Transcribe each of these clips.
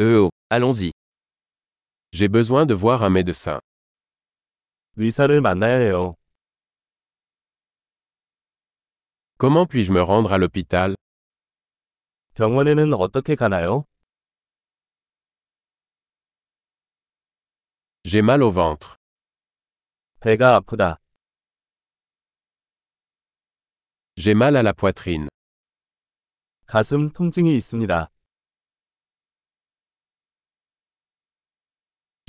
Euh oh, allons-y. J'ai besoin de voir un médecin. 의사를 만나야 해요. Comment puis-je me rendre à l'hôpital 병원에는 어떻게 가나요? J'ai mal au ventre. 배가 아프다. J'ai mal à la poitrine. 가슴 통증이 있습니다.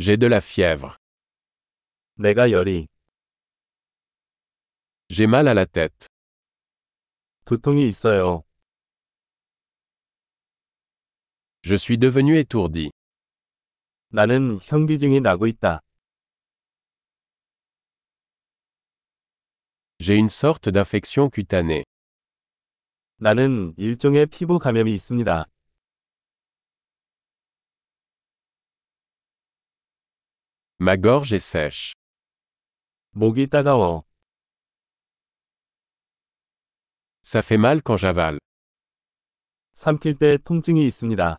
J'ai de la fièvre. 내가 열이, J'ai mal à la tête. 두통이 있어요. Je suis devenu étourdi. 나는 현기증이 나고 있다. J'ai une sorte d'infection cutanée. 나는 일종의 피부 감염이 있습니다. Ma gorge est sèche. 목이 따가워. Ça fait mal quand j'avale. 삼킬 때 통증이 있습니다.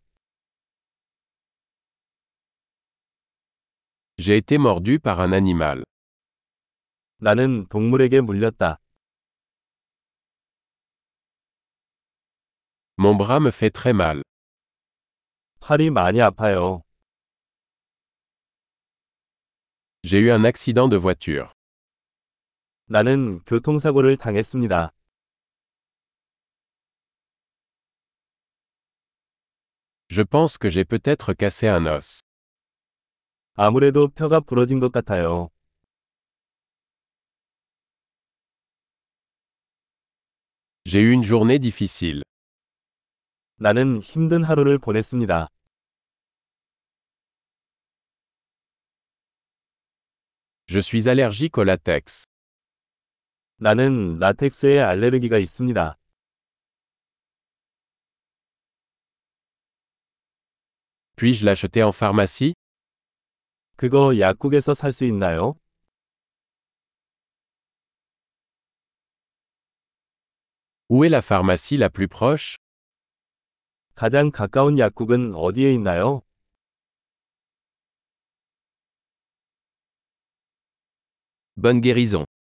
J'ai été mordu par un animal. 나는 동물에게 물렸다. Mon bras me fait très mal. 팔이 많이 아파요. J'ai eu un accident de voiture. 나는 교통사고를 당했습니다. Je pense que j'ai peut-être cassé un os. 아무래도 뼈가 부러진 것 같아요. J'ai eu une journée difficile. 나는 힘든 하루를 보냈습니다. Je suis allergique au latex. 나는 라텍스에 알레르기가 있습니다. Puis-je l'acheter en pharmacie 그거 약국에서 살 수 있나요? Où est la pharmacie la plus proche 가장 가까운 약국은 어디에 있나요? Bonne guérison.